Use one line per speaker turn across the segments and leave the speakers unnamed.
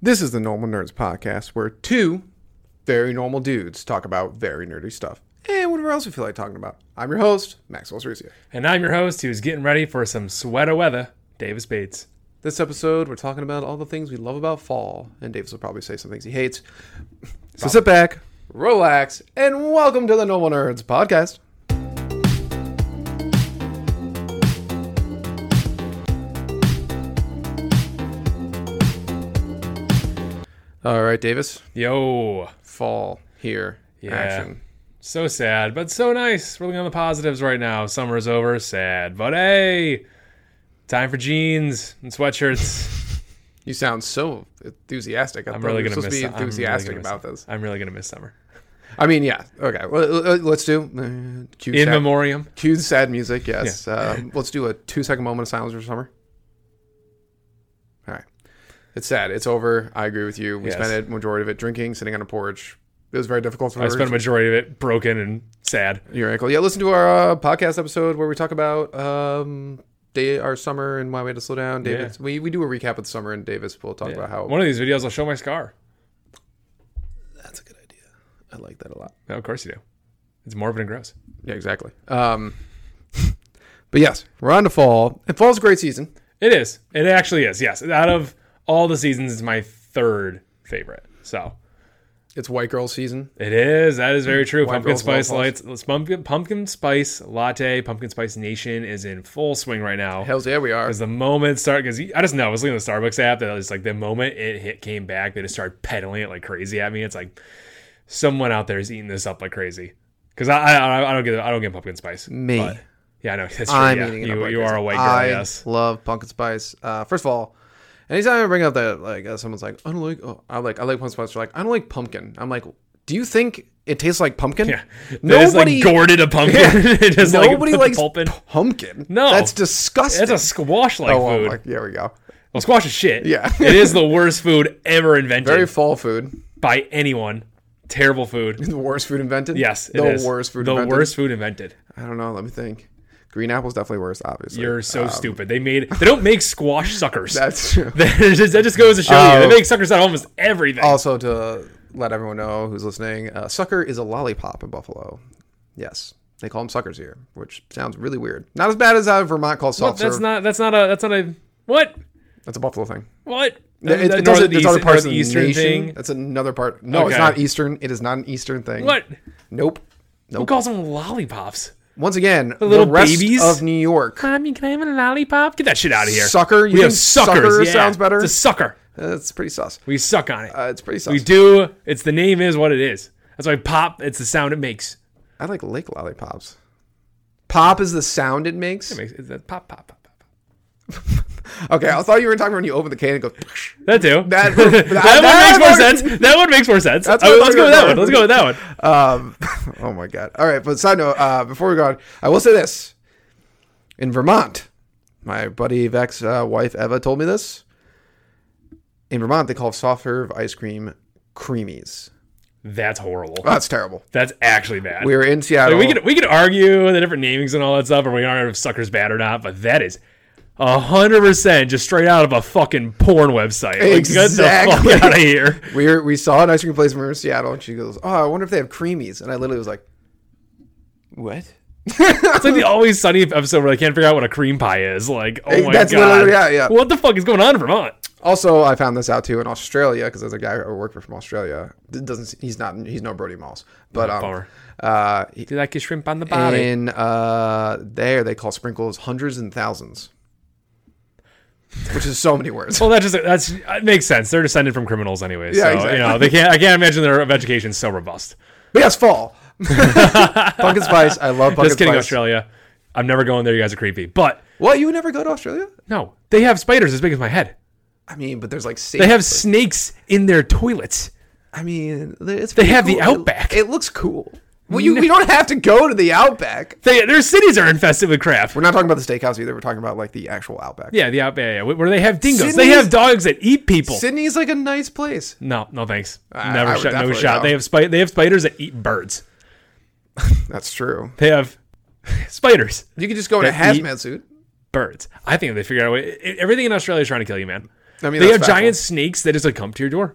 This is the Normal Nerds Podcast, where two very normal dudes talk about very nerdy stuff and whatever else we feel like talking about. I'm your host, Maxwell Cerisia.
And I'm your host who's getting ready for some sweater weather, Davis Bates.
This episode, we're talking about all the things we love about fall, and Davis will probably say some things he hates. So sit back, relax, and welcome to the Normal Nerds Podcast. All right, Davis.
Yo,
Fall here.
Yeah. so sad, but so nice. We're looking on the positives right now. Summer's over, sad, but hey, time for jeans and sweatshirts.
You sound so enthusiastic. I
I'm
thought
really
we were
gonna
supposed
miss.
to
I'm
be
really
enthusiastic
gonna miss
about
summer.
this.
I'm really gonna miss summer.
I mean, yeah. Okay. Well, uh, uh, let's do uh, cue
In
sad-
memoriam.
cue sad music. Yes. Um, let's do a two second moment of silence for summer. All right. It's sad. It's over. I agree with you. We
Yes.
spent a majority of it drinking, sitting on a porch. It was very difficult for
I spent a majority of it broken and sad.
your ankle. Yeah, listen to our uh, podcast episode where we talk about um, day, our summer and why we had to slow down. Davis, we, we do a recap of the summer, and Davis will talk about how
One of these videos, I'll show my scar.
that's a good idea. I like that a lot.
No, of course you do. It's morbid and gross.
Yeah, exactly. Um, but yes, we're on to fall, and fall's a great season.
It is. It actually is. Yes. Out of all the seasons, it's my third favorite. So
It's white girl season.
It is. That is very true. pumpkin
girls, wild
spice
balls.
lights. Pumpkin, pumpkin spice latte. Pumpkin spice nation is in full swing right now.
Hell's yeah, we are.
Because the moment start, because I just know I was looking at the Starbucks app that was like the moment it hit came back, they just started peddling it like crazy at me. It's like someone out there is eating this up like crazy. Because I, I I don't get I don't get pumpkin spice.
Me.
But- yeah, I know. That's true.
I'm
yeah.
eating it up
you
like
you
this.
are a white girl.
I
yes.
love pumpkin spice. Uh, first of all, anytime I bring up that like uh, someone's like, I don't like, oh, I like, I like pumpkin spice. They're like, I don't like pumpkin. I'm like, do you think it tastes like pumpkin?
Yeah. They just
Nobody,
like gourded a pumpkin. They just, like,
nobody
put the
likes
pulp in.
pumpkin.
No.
that's disgusting.
That's a squash like
oh, well,
food.
like, there we go.
Well, squash is shit.
Yeah.
it is the worst food ever invented
Very fall food.
by anyone. Terrible food.
The worst food invented.
Yes, it
the
is.
worst food.
The
invented.
worst food invented.
I don't know. Let me think. Green apple's definitely worse, obviously.
You're so stupid. They made. They don't make squash suckers.
That's true.
That just, that just goes to show you.
Oh.
They make suckers out of almost everything.
also, to let everyone know who's listening, uh, sucker is a lollipop in Buffalo. Yes, they call them suckers here, which sounds really weird. Not as bad as how Vermont calls soft
that's
serve.
not. That's not a. That's not a. What?
that's a Buffalo thing.
What?
It, it,
That
it
north-
doesn't. It's other
east-
parts of the
northeastern
nation. That's another part. No, it's
Okay.
not Eastern. It is not an Eastern thing.
What?
Nope.
Who
Nope.
calls them lollipops?
Once again, the,
little
rest
babies?
of New York.
Mommy, can I have a lollipop? Get that shit out of here.
Sucker? You
we have
think
suckers.
sucker
yeah.
sounds better?
It's a sucker.
That's pretty sus.
We suck on it.
Uh, it's pretty sus.
We do. It's the name is what it is. That's why pop. It's the sound it makes.
I like lake lollipops. Pop is the sound it makes.
It makes it's that pop pop pop pop. pop.
Okay, I thought you were talking when you open the can and go.
That too.
That-
That,
that- that-
one makes more sense. That one makes more sense.
That's
Oh,
what I
let's
was
go
gonna
with that
do.
one. Let's go with that one.
Um, oh my god! All right, but side note, uh, before we go on, I will say this: in Vermont, my buddy Vex's uh, wife Eva told me this. In Vermont, they call soft serve ice cream creamies.
That's horrible.
Oh, that's terrible.
That's actually bad.
We were in Seattle.
Like, we could we could argue the different namings and all that stuff, or we aren't if suckers bad or not. But that is hundred percent just straight out of a fucking porn website. Like,
Exactly.
Get the fuck out of here.
we were, we saw an ice cream place when we were in Seattle, and she goes, "Oh, I wonder if they have creamies." And I literally was like, "What?"
It's like the Always Sunny episode where they can't figure out what a cream pie is. Like, oh my
That's
god,
literally- yeah, yeah.
What the fuck is going on in Vermont?
Also, I found this out too in Australia because there's a guy I work with from Australia. It doesn't he's not he's no Brody Malls, but um,
bummer.
uh, he-
Do you like your shrimp on the body?
in uh, there they call sprinkles hundreds and thousands, which is so many words.
Well, that just that's it makes sense. They're descended from criminals, anyway.
Yeah,
so
exactly.
you know they can't. I can't imagine their education so robust.
But yes, fall. pumpkin spice. I love pumpkin
just kidding,
spice.
Australia. I'm never going there. You guys are creepy. But
What you would never go to Australia?
no, they have spiders as big as my head.
I mean, but there's like safe.
They have snakes in their toilets.
I mean, it's they
have the outback.
It, looks cool. Well, you, we don't have to go to the outback.
They, their cities are infested with crap.
We're not talking about the steakhouse either. We're talking about like the actual outback.
Yeah, the out yeah, yeah, where they have dingoes. they
Sydney's-
have dogs that eat people.
Sydney's like a nice place.
no, no thanks.
I- I
Never
would
shot. No
definitely
shot.
go.
They have spi- They have spiders that eat birds.
That's true.
They have spiders.
You could just go in a
That eat-
hazmat suit.
birds. I think they figured out a way. i- Everything in E-, Australia is trying to kill you, man.
I mean,
they have
that's
giant snakes that just like come to your door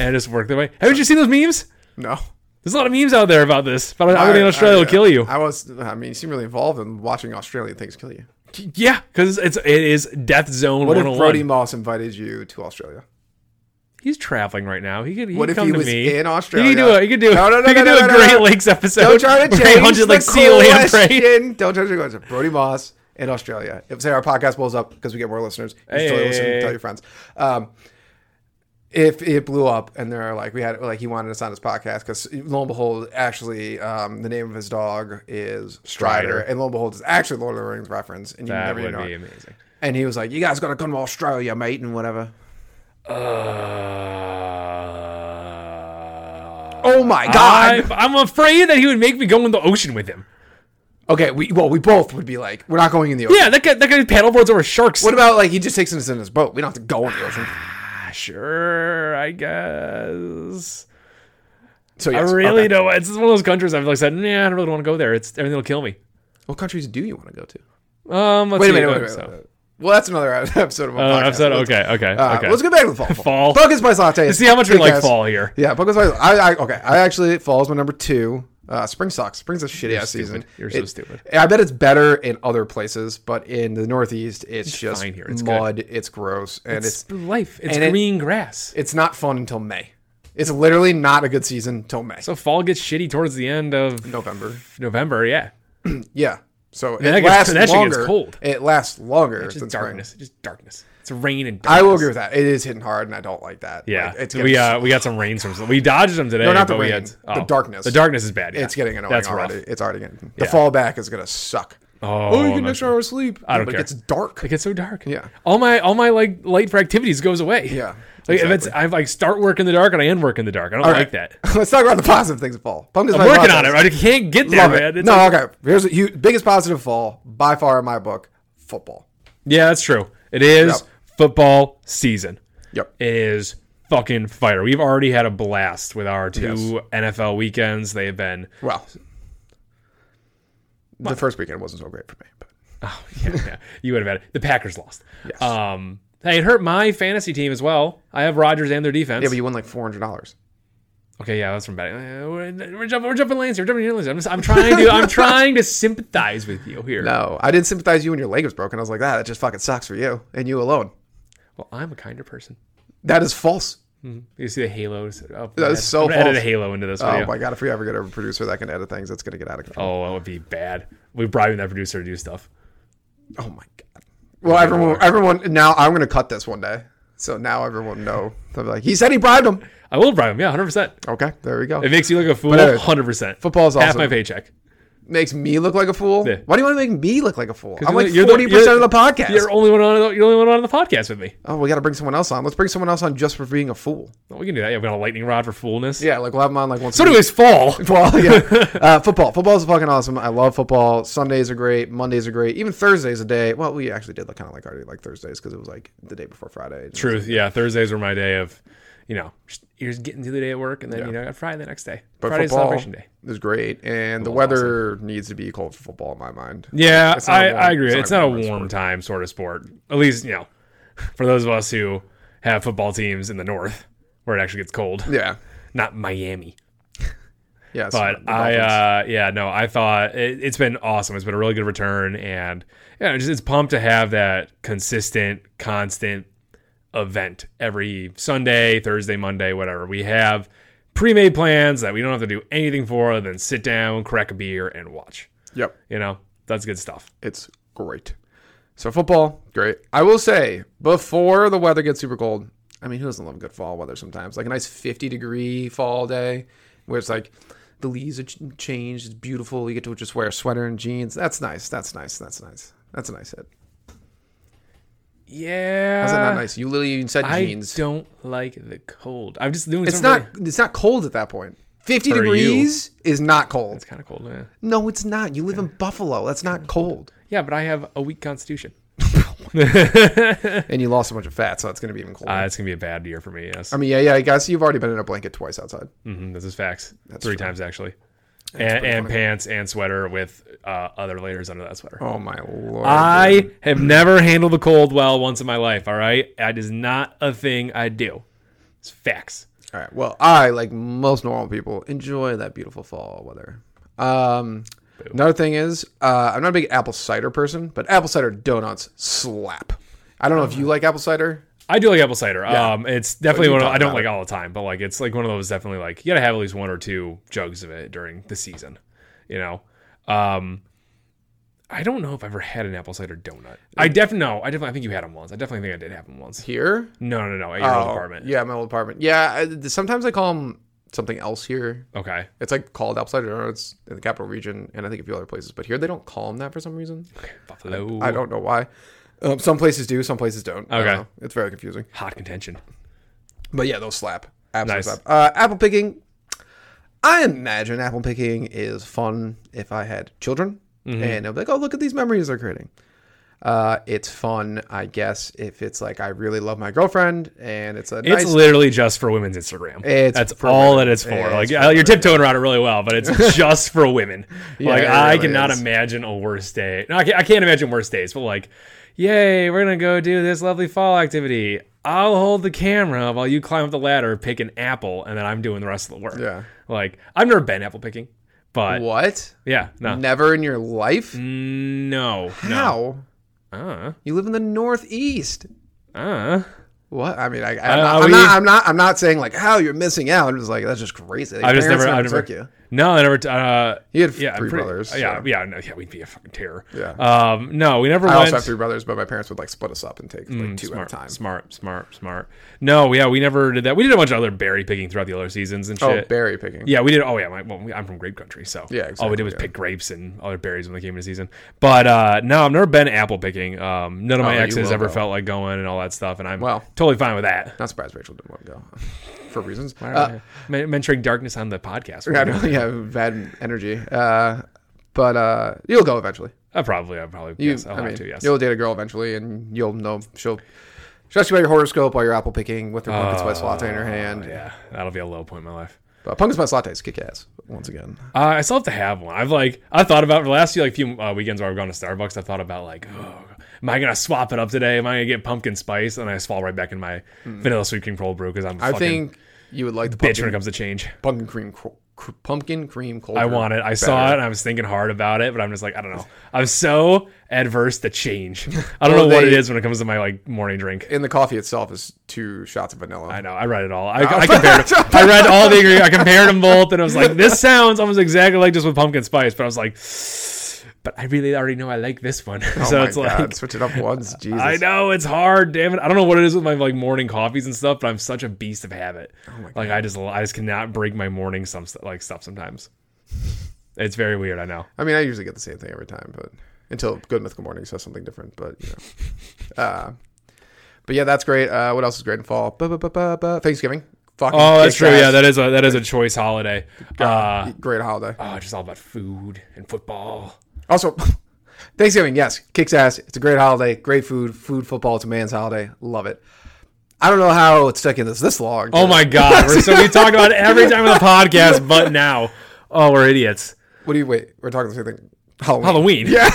and just work their way. Haven't you seen those memes?
No.
There's a lot of memes out there about this. About everybody in
I-
Australia
I-
will kill you.
I was. I mean, you seem really involved in watching Australian things kill you.
yeah, because it's it is Death Zone
What if
101.
Brody Moss invited you to Australia?
He's traveling right now. He could. He
What
could
if
come
he
to
was
me.
in
He
Australia?
could do it. He could do it.
No, no, no,
He could
no,
do a
no, no,
Great
no.
Lakes episode.
Don't try to
where he
change
hunted,
the
like seal and prey.
question. Don't try to change the question. Brody Moss in Australia. If say our podcast blows up because we get more listeners, you still
Hey.
listen, tell your friends. Um, if it blew up and they're like we had like he wanted us on his podcast because lo and behold actually um, the name of his dog is Strider,
Strider.
and lo and behold it's actually Lord of the Rings reference and you
That
never even
would
know
be
it.
amazing.
and he was like you guys gotta come to Australia mate and whatever
Uh,
oh my god
I, I'm afraid that he would make me go in the ocean with him.
okay we well we both would be like we're not going in the ocean
Yeah, that guy, that guy paddleboards over sharks.
what about like he just takes us in his boat we don't have to go in the ocean
Ah, sure, I guess.
so
I
yes,
really
okay.
don't. It's one of those countries I've like said, nah, I don't really want to go there. It's everything will kill me.
What countries do you want to go to?
Um, let's
Wait a
see.
minute. Wait,
uh,
wait,
so-
wait, wait. Well, that's another episode of a
Uh,
podcast.
episode.
Let's-
Okay, okay,
uh,
okay.
Let's get back to the fall.
Fall.
Focus by latte.
see how much we like fall here.
Yeah, focus by. I, I okay. I actually fall's my number two. Uh, spring sucks. Spring's a shitty ass
stupid.
season.
You're so
It-
stupid.
I bet it's better in other places, but in the Northeast, it's, just
fine here. It's good.
mud. It's gross, and it's
It's life. It's
and it-
green grass.
it's not fun until May. It's literally not a good season till May,
So fall gets shitty towards the end of
November.
November. Yeah,
Yeah, so it
that gets-
lasts
that shit gets
longer.
cold.
It lasts longer
just
than spring.
darkness. Just darkness. It's rain and darkness.
I will agree with that. It is hitting hard, and I don't like that.
Yeah,
Like, it's
we
getting-
uh, we got some rainstorms. We dodged them today.
No, not the
but we
rain.
had- oh,
The darkness.
The darkness is bad. yeah.
it's getting annoying
That's
already.
rough.
It's already getting the
Yeah.
fallback is gonna suck.
Oh,
Oh, you
I'm
get an
not
extra hour of sleep.
I don't
but
care.
It gets dark.
It gets so dark.
Yeah.
All my all my like light for activities goes away.
Yeah,
Like if it's I like start work in the dark and I end work in the dark. I don't like that.
Let's talk about the positive things of fall. Pumpkin's
I'm working on it. right? I can't get there,
Love
man.
it.
It's
No,
like-
okay. Here's the huge, biggest positive of fall by far in my book: football.
yeah, that's true. It is
Yep.
football season.
Yep.
It is fucking fire. We've already had a blast with our two NFL weekends. They've been
Well, the first weekend wasn't so great for me, but
Oh yeah, yeah. you would have had it. The Packers lost. Um, hey, it hurt my fantasy team as well. I have Rodgers and their defense.
yeah, but you won like four hundred dollars.
okay, yeah, that's from betting. Uh, We're, we're jumping, we're jumping lanes here. We're jumping lanes. I'm, just, I'm trying to, I'm trying to sympathize with you here.
No, I didn't sympathize you when your leg was broken. I was like, ah, that just fucking sucks for you and you alone.
Well, I'm a kinder person.
That is false.
You see the halo? Oh,
That is so
I'm gonna edit a
false.
halo into this
Oh
video.
my god, if we ever get a producer that can edit things, it's gonna get out of control.
Oh, that would be bad. We're bribing that producer to do stuff.
Oh, my god. Well, everyone, everyone. Now I'm gonna cut this one day, so now everyone will know. They'll be like, he said he bribed him.
I will bribe him. Yeah, 100. percent
Okay, there we go.
It makes you look a fool.
anyways,
100. percent
football's
half
uh, awesome.
my paycheck.
Makes me look like a fool.
Yeah.
Why do you want to make me look like a fool? I'm like
you're the-
forty percent of the podcast.
You're only one on. the- You're the only one on the podcast with me.
oh, we got to bring someone else on. Let's bring someone else on just for being a fool.
Well, we can do that. Yeah, we got a lightning rod for foolness.
Yeah, like we'll have them on like once.
So
a
do
week.
his fall.
Football, yeah. uh, football. Football is fucking awesome. I love football. Sundays are great. Mondays are great. Even Thursdays a day. Well, we actually did like kind of like already like Thursdays because it was like the day before Friday.
Truth. Yeah. Thursdays were my day of, you know, just- you're just getting through the day at work and then, you know, I got Friday the next day.
But
Friday's
football
celebration day.
is great, and the weather needs to be cold for football in my mind.
Yeah.
not a
I,
warm-
I agree.
it's not
It's not a
a warm
warm time sort of sport. At least, you know, for those of us who have football teams in the north where it actually gets cold,
Yeah,
not Miami.
yeah. it's
But
the
I,
Dolphins.
uh, yeah, no, I thought it, it's been awesome. It's been a really good return, and yeah, just it's pumped to have that consistent, constant event every Sunday, Thursday, Monday, whatever. We have pre-made plans that we don't have to do anything for other than sit down, crack a beer, and watch.
yep,
You know, that's good stuff.
it's great. So football, great. I will say before the weather gets super cold. I mean, who doesn't love good fall weather sometimes? Like a nice fifty degree fall day where it's like the leaves are ch- changed. It's beautiful. You get to just wear a sweater and jeans. That's nice. That's nice. That's nice. That's a nice hit.
Yeah,
That's not nice. You literally even said
Uh, I
jeans.
don't like the cold. I'm just doing.
It's not. It's not cold at that point. Fifty
For you.
degrees is not cold.
It's kind of cold. Yeah.
No, it's not. You live in Buffalo. That's not cold.
yeah, but I have a weak constitution.
And you lost a bunch of fat, so it's going to be even colder.
Uh, it's gonna be a bad year for me. Yes.
I mean, yeah, yeah, I guess you've already been in a blanket twice outside.
Mm-hmm, this is facts. Three times actually. and, and pants and sweater with uh, other layers under that sweater.
Oh my lord!
I have never handled the cold well once in my life. All right, that is not a thing I do. It's facts.
All right. Well, I like most normal people enjoy that beautiful fall weather. Um, another thing is, uh, I'm not a big apple cider person, but apple cider donuts slap. I don't know if you like apple cider.
I do like apple cider. Um, it's definitely
you
one. Of,
talk
I don't
about
like all the time, but like it's like one of those definitely like you gotta have at least one or two jugs of it during the season. You know, um, I don't know if I've ever had an apple cider donut. I definitely no. I definitely I think you had them once. I definitely think I did have them once.
Here,
No, no, no. At your old
Oh,
apartment.
Yeah, my old apartment. Yeah, I, sometimes I call them something else here.
Okay.
It's like called apple cider donuts in the capital region, and I think a few other places. But here they don't call them that for some reason.
Buffalo.
I don't know why. Um, some places do, some places don't. I don't
Okay.
know. it's very confusing.
Hot contention.
But yeah, those slap. Absolutely slap.
Nice.
Uh, apple picking. I imagine apple picking is fun if I had children
Mm-hmm.
and they'll be like, oh, look at these memories they're creating. Uh, it's fun, I guess, if it's like I really love my girlfriend and it's a
It's
nice.
literally just for women's Instagram.
It's
That's
for
all
women.
that it's for.
It's
like
for
uh, you're tiptoeing around it really well, but it's just for women. like
it
I
really
cannot
is.
imagine a worse day. No, I can't, I can't imagine worse days. But like, yay, we're gonna go do this lovely fall activity. I'll hold the camera while you climb up the ladder, pick an apple, and then I'm doing the rest of the work.
Yeah.
Like I've never been apple picking, but
what?
yeah, no,
Never in your life?
no, no.
How?
Uh,
You live in the Northeast.
uh.
What? I mean, I, I'm,
Uh,
not, I'm,
we-
not, I'm not. I'm not saying like how you're missing out. I'm just like that's just crazy. Your
I've just
parents
never, I've
never
never.
took you.
No, I never. T- uh,
You had
yeah, I'm
three
pretty-
brothers.
Yeah,
so.
yeah, no, yeah, we'd be a fucking terror.
Yeah.
Um, no, we never
I
went. Mm,
also have three brothers, but my parents would like split us up and take like two
smart,
at a time.
smart, smart, smart. No, yeah, we never did that. We did a bunch of other berry picking throughout the other seasons and
Oh,
shit.
berry picking.
yeah, we did. Oh, yeah. My, well, we- I'm from grape country, so
Yeah,
all we
exactly,
did was
yeah.
pick grapes and other berries when they came in season. But uh, no, I've never been apple picking. Um, none of my
Oh, you
exes
will
ever
go.
felt like going and all that stuff, and I'm
Well.
totally fine with that.
Not surprised Rachel didn't want to go for reasons. Uh,
Uh, men- mentoring darkness on the podcast.
I don't really have bad energy. Uh, but uh, you'll go eventually.
I probably, I probably,
You,
yes, I'll
I
have
mean,
to, yes.
you'll date a girl eventually, and you'll know she'll. She'll ask you about your horoscope while you're apple picking with her pumpkin spice latte in her hand.
Oh, Yeah, that'll be a low point in my life.
But pumpkin spice lattes kick ass once again.
Uh, I still have to have one. I've like I thought about for the last few like few uh, weekends where I've gone to Starbucks. I thought about like, oh, am I gonna swap it up today? Am I gonna get pumpkin spice? And I just fall right back in my vanilla sweet cream cold brew because I'm a
Hmm. I
fucking
think you would like the
bitch
pumpkin,
when it comes to change.
pumpkin cream cr- cr- pumpkin cream cold.
I
brew
want it. I
better.
saw it and I was thinking hard about it, but I'm just like I don't know. I'm so adverse to change. I don't
Well,
know what it
they-
is when it comes to my like morning drink.
in the coffee itself is two shots of vanilla.
I know. I read it all. I, I compared. I read all the ingredients. I compared them both, and I was like, "This sounds almost exactly like just with pumpkin spice." But I was like, "But I really already know I like this one."
Oh
so
my
it's
God,
like,
switch it up once. Jesus.
I know it's hard. Damn it! I don't know what it is with my like morning coffees and stuff, but I'm such a beast of habit. like I just, I just cannot break my morning some st- like stuff sometimes. It's very weird. I know.
I mean, I usually get the same thing every time, but until Good Mythical Morning says something different. But you know, uh, but yeah, that's great. Uh, what else is great in fall? Ba, ba, ba, ba, ba. Thanksgiving. Fucking
Oh, that's
kicks
true. Yeah,
ass.
that is a that is a choice holiday. Uh,
great holiday.
oh, just all about food and football.
Also, Thanksgiving. Yes, kicks ass. It's a great holiday. Great food. Food football. It's a man's holiday. Love it. I don't know how it's stuck in this this long.
Oh my god! We're, so we talk about it every time on the podcast, but now, oh, we're idiots.
What do you wait? We're talking the same thing. Halloween.
Halloween. Yeah.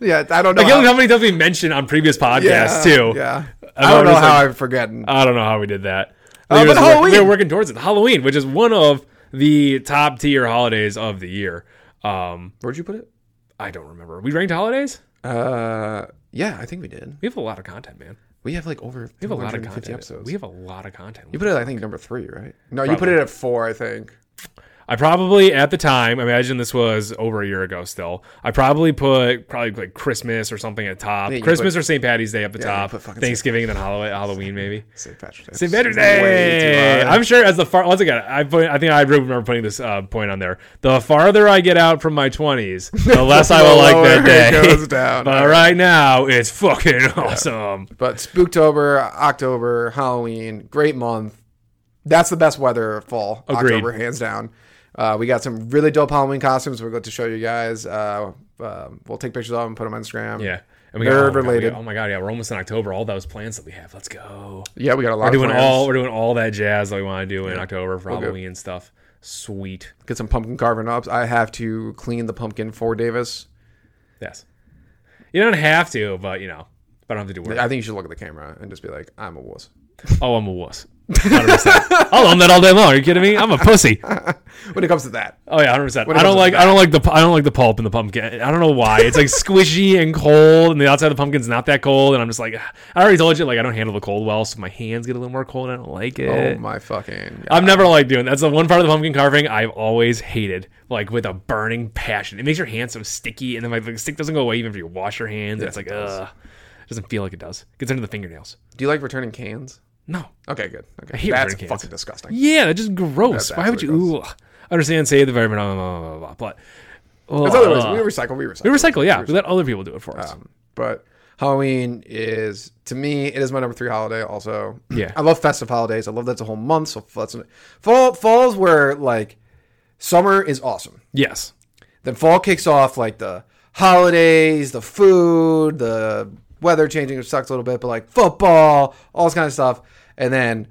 Yeah, I don't know.
I
how-
don't know how many times we mentioned on previous podcasts
yeah,
too.
Yeah.
I'm
I don't know
always Uh,
how I've forgotten.
I don't know how we did that.
Uh,
we,
but
were-
Halloween.
we were working towards it. Halloween, which is one of the top tier holidays of the year. Um,
Where'd you put it?
I don't remember. We ranked holidays.
Uh, yeah, I think we did.
We have a lot of content, man.
We have like over
We have a lot of
250
content.
episodes.
We have a lot of content.
You put it, I think, number three, right? No, you put it at four, I think.
I probably at the time, I imagine this was over a year ago still. I probably put probably like Christmas or something at the top.
you
Christmas or St. Patty's Day at the
you
top.
put fucking
Thanksgiving and then Halloween, Halloween maybe.
St. Patrick's Day.
St. Patrick's
Way too
Day.
high.
I'm sure as the far once again, I put, I think I remember putting this uh, point on there. The farther I get out from my 20s, the less I
The
will like that
lower it goes
day.
down.
but right now, it's fucking awesome.
But Spooktober, October, Halloween, great month. That's the best weather of fall.
Agreed.
October, hands down. Uh, we got some really dope Halloween costumes. We're going to show you guys. Uh, um, we'll take pictures of them, put them on Instagram.
Yeah. And
Nerd
oh my God,
related.
oh my god, yeah, we're almost in October. All those plans that we have, let's go.
yeah, we got a lot.
We're doing
of plans.
all we're doing all that jazz that we want to do in October for Halloween stuff. Sweet.
Get some pumpkin carving ups. I have to clean the pumpkin for Davis.
Yes. You don't have to, but you know, if I don't have to do work.
I think you should look at the camera and just be like, I'm a wuss.
Oh, I'm a wuss. 100%. I'll own that all day long. Are you kidding me? I'm a pussy.
When it comes to that,
Oh yeah, hundred percent.
it
I don't
comes
like I don't like the pu- I don't like the pulp in the pumpkin. I don't know why. It's like squishy and cold, and the outside of the pumpkin's not that cold. And I'm just like, "Ah." I already told you, like I don't handle the cold well, so my hands get a little more cold. And I don't like it.
oh my fucking.
I'm never like doing. That's the one part of the pumpkin carving I've always hated, like with a burning passion. It makes your hands so sticky, and then like, the stick doesn't go away even if you wash your hands. and it's like, ugh, it doesn't feel like it does. It gets under the fingernails.
Do you like returning cans?
No.
Okay, good. Okay,
hate
that's
returning cans.
fucking disgusting.
Yeah, that's just gross. Why would you?
absolutely
Ooh, I understand. Save the environment. Blah blah blah blah. blah but
That's otherwise we recycle. We recycle.
We recycle, yeah. We let other people do it for us.
Um, but Halloween is to me, it is my number three holiday. Also,
Yeah.
I love festive holidays. I love that's a whole month. So that's fall. Falls where like summer is awesome.
yes.
Then fall kicks off like the holidays, the food, the weather changing, which sucks a little bit, but like football, all this kind of stuff. And then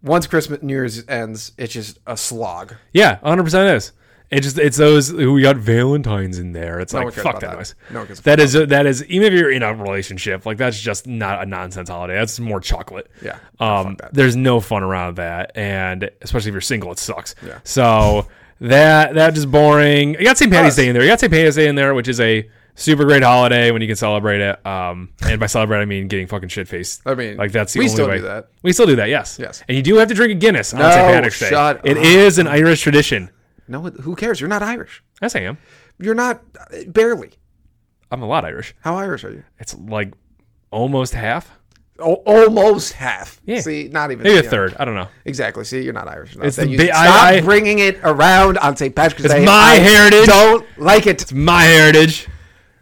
once Christmas, New Year's ends, it's just a slog.
Yeah, 100% is. It just it's those we got Valentines in there. It's
one
like
cares
fuck
about
that
that.
noise.
No one cares
that is that is even if you're in a relationship, like that's just not a nonsense holiday. That's more chocolate.
Yeah.
Um there's no fun around that and especially if you're single it sucks.
Yeah.
So that that just boring. You got St. Patty's
Us.
Day in there. You got St. Patty's Day in there, which is a super great holiday when you can celebrate it. Um and by celebrate I mean getting fucking shit faced.
I mean,
like that's the
we
only
still
way.
do that.
We still do that, yes.
Yes.
And you do have to drink a Guinness on
No,
St. Patrick's Day.
shut
It
up.
is an Irish tradition.
No, who cares? You're not Irish.
Yes, I am.
You're not, barely.
I'm a lot uh, Irish.
How Irish are you?
It's like almost half,
Al- almost half.
Yeah.
See, not even
maybe a
yeah.
third. I don't know.
Exactly. See, you're not Irish.
It's
That
the
you-
big- I-
stop
I-
bringing it around on St. Patrick's Day.
my
I
heritage.
Don't like it.
It's my heritage.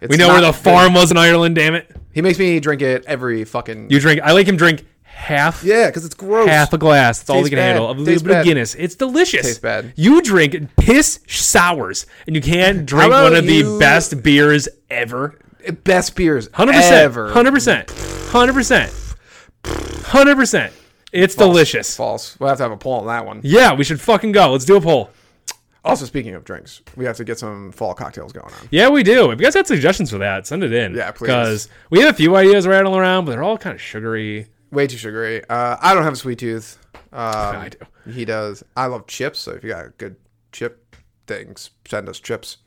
we
It's
know where the
not
farm was in Ireland. Damn it!
He makes me drink it every fucking.
You drink. I like him drink half.
yeah, because it's gross.
Half a glass. That's all he
Tastes
can
bad.
handle. A little
Tastes
bit of
bad.
Guinness. It's delicious.
Tastes bad.
You drink piss sours, and you can't drink
about
one of the
you-
best beers ever.
Best beers
Hundred percent.
ever.
Hundred percent. Hundred percent. Hundred percent. It's delicious.
False. We'll have to have a poll on that one.
Yeah, we should fucking go. Let's do a poll.
Also, speaking of drinks, we have to get some fall cocktails going on.
Yeah, we do. If you guys had suggestions for that, send it in.
Yeah, please.
Because we have a few ideas rattling around, but they're all kind of sugary.
Way too sugary. Uh, I don't have a sweet tooth. Um, I
do.
He does. I love chips. So if you got good chip things, send us chips.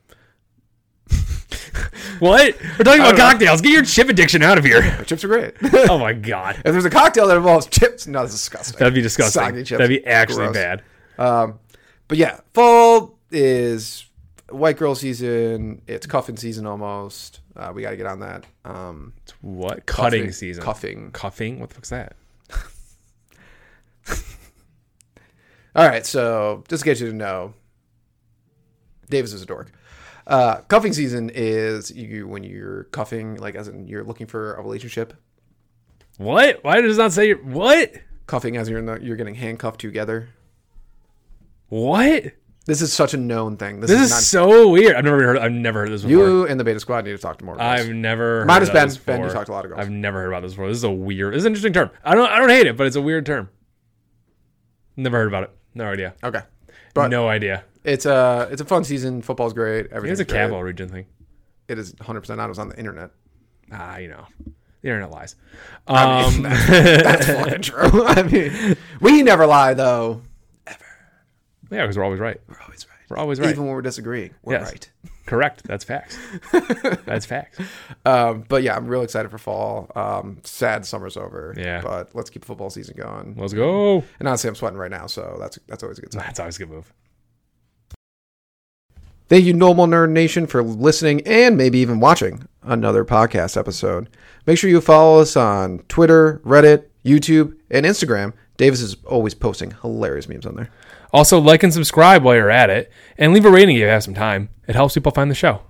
What? We're talking about
don't know.
cocktails. Get your chip addiction out of here.
But chips are great.
oh my god,
If there's a cocktail that involves chips, no, that's disgusting.
that'd be disgusting.
Soggy chips.
That'd be actually
Gross.
bad.
Um, but yeah, fall is white girl season. It's cuffing season almost. Uh, we got to get on that. Um,
What? Cutting
cuffing-
season.
Cuffing.
Cuffing. What the fuck's that?
All right, so just to get you to know, Davis is a dork. Uh, cuffing season is you when you're cuffing, like as in you're looking for a relationship.
What? Why does it not say what?
Cuffing as you're in the, you're getting handcuffed together.
What? This,
This is such a known thing. This,
is
is,
so weird. I've never heard. I've never heard this
not
before.
you and the Beta Squad need to talk to more. About
I've
this.
never. Heard
Minus
of
Ben.
This
Ben, you
before.
talked to a lot of girls.
I've never heard about this before. This is a weird. This is an interesting term. I don't. I don't hate it, but it's a weird term. Never heard about it. No idea.
Okay, but
no idea.
it's a it's a fun season. Football's great. Everything's
It's a
great.
Cavill region thing.
It is 100. percent I was on the internet.
Ah, you know, the internet lies. Um,
That's fucking true. I mean, we never lie though.
yeah, because we're always right.
We're always right.
We're always right.
Even when we're disagreeing, we're
Yes.
right.
Correct. That's facts. That's facts.
Um, but yeah, I'm real excited for fall. Um, sad summer's over.
Yeah.
But let's keep football season going.
Let's go.
And honestly, I'm sweating right now, so that's that's always a good sign.
That's always a good move.
Thank you, Normal Nerd Nation, for listening and maybe even watching another podcast episode. Make sure you follow us on Twitter, Reddit, YouTube, and Instagram. Davis is always posting hilarious memes on there.
Also, like and subscribe while you're at it, and leave a rating if you have some time. It helps people find the show.